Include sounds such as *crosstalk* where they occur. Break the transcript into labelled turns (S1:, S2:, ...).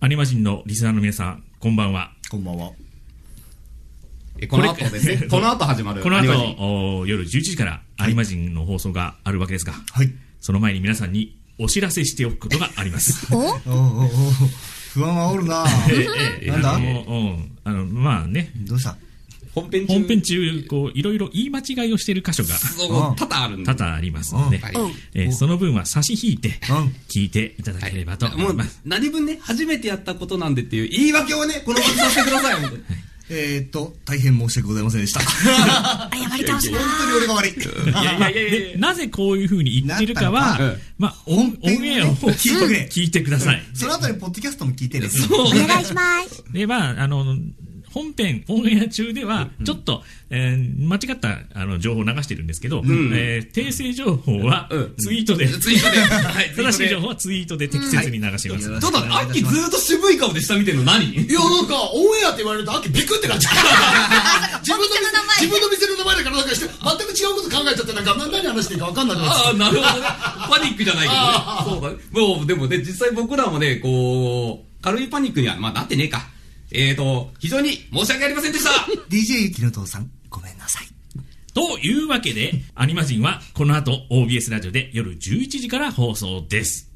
S1: アニマ人のリスナーの皆さん、こんばんは。
S2: こんばんは。えこの後ですね。この後始まる。
S1: この
S2: アニ
S1: 後
S2: マ人、
S1: お夜11時からアニマ人の放送があるわけですが、
S3: はい。
S1: その前に皆さんにお知らせしておくことがあります。
S4: お
S3: おうおうおう不安はおるななんだ
S1: あの、うんあの、まあね、
S3: *laughs* どうした
S2: 本編中。
S1: 本編中、こう、いろいろ言い間違いをしている箇所が
S2: そう多々あるんで。
S1: 多々ありますので、
S2: はい
S4: うん
S1: えーその分は差し引いて
S3: うん、
S1: 聞いていただければと
S2: も
S1: 思いうます。、
S2: 何分ね、初めてやったことなんでっていう言い訳をね、この場でさせてください、本当に。
S3: えーっと、大変申し訳ございませんでした。
S4: あ、やばれ倒し
S3: 本
S4: な
S3: 当に俺が悪い。
S1: いやいやいやいやなぜこういうふうに言ってるかは
S2: なったのかうん、
S1: まあ、オ
S3: 本
S1: ンオ
S3: 編
S1: ンエアを
S3: を聞いてくれ
S1: 聞いてください。
S3: その後にポッドキャストも聞いてね。
S2: そう
S4: お願いします。
S1: で、まあ、あの、本編、オンエア中では、ちょっと、えー間違ったあの情報を流してるんですけど、えー訂正情報は
S2: うん
S1: ツイートで、
S2: ツイートで。はい、
S1: 正しい情報はツイートで適切に流します。
S2: ちょっと、アッキーずーっと渋い顔で下見てんの何
S5: いや、なんか、オンエアって言われると、秋ビクってなっちゃ
S3: *laughs*
S5: った。自分の店自分の店の名前だからなんかして、全く違うこと考えちゃって、なんか、何話していいか分かんなくなっちゃ
S2: ああ、なるほどね。パニックじゃないけどね。そうだね。もう、でもね、実際僕らもね、こう、軽いパニックには、まあ、なってねえか。えーと、非常に申し訳ありませんでした
S3: DJ ゆきの父さん、ごめんなさい。
S1: というわけで、アニマ人はこの後 OBS ラジオで夜11時から放送です。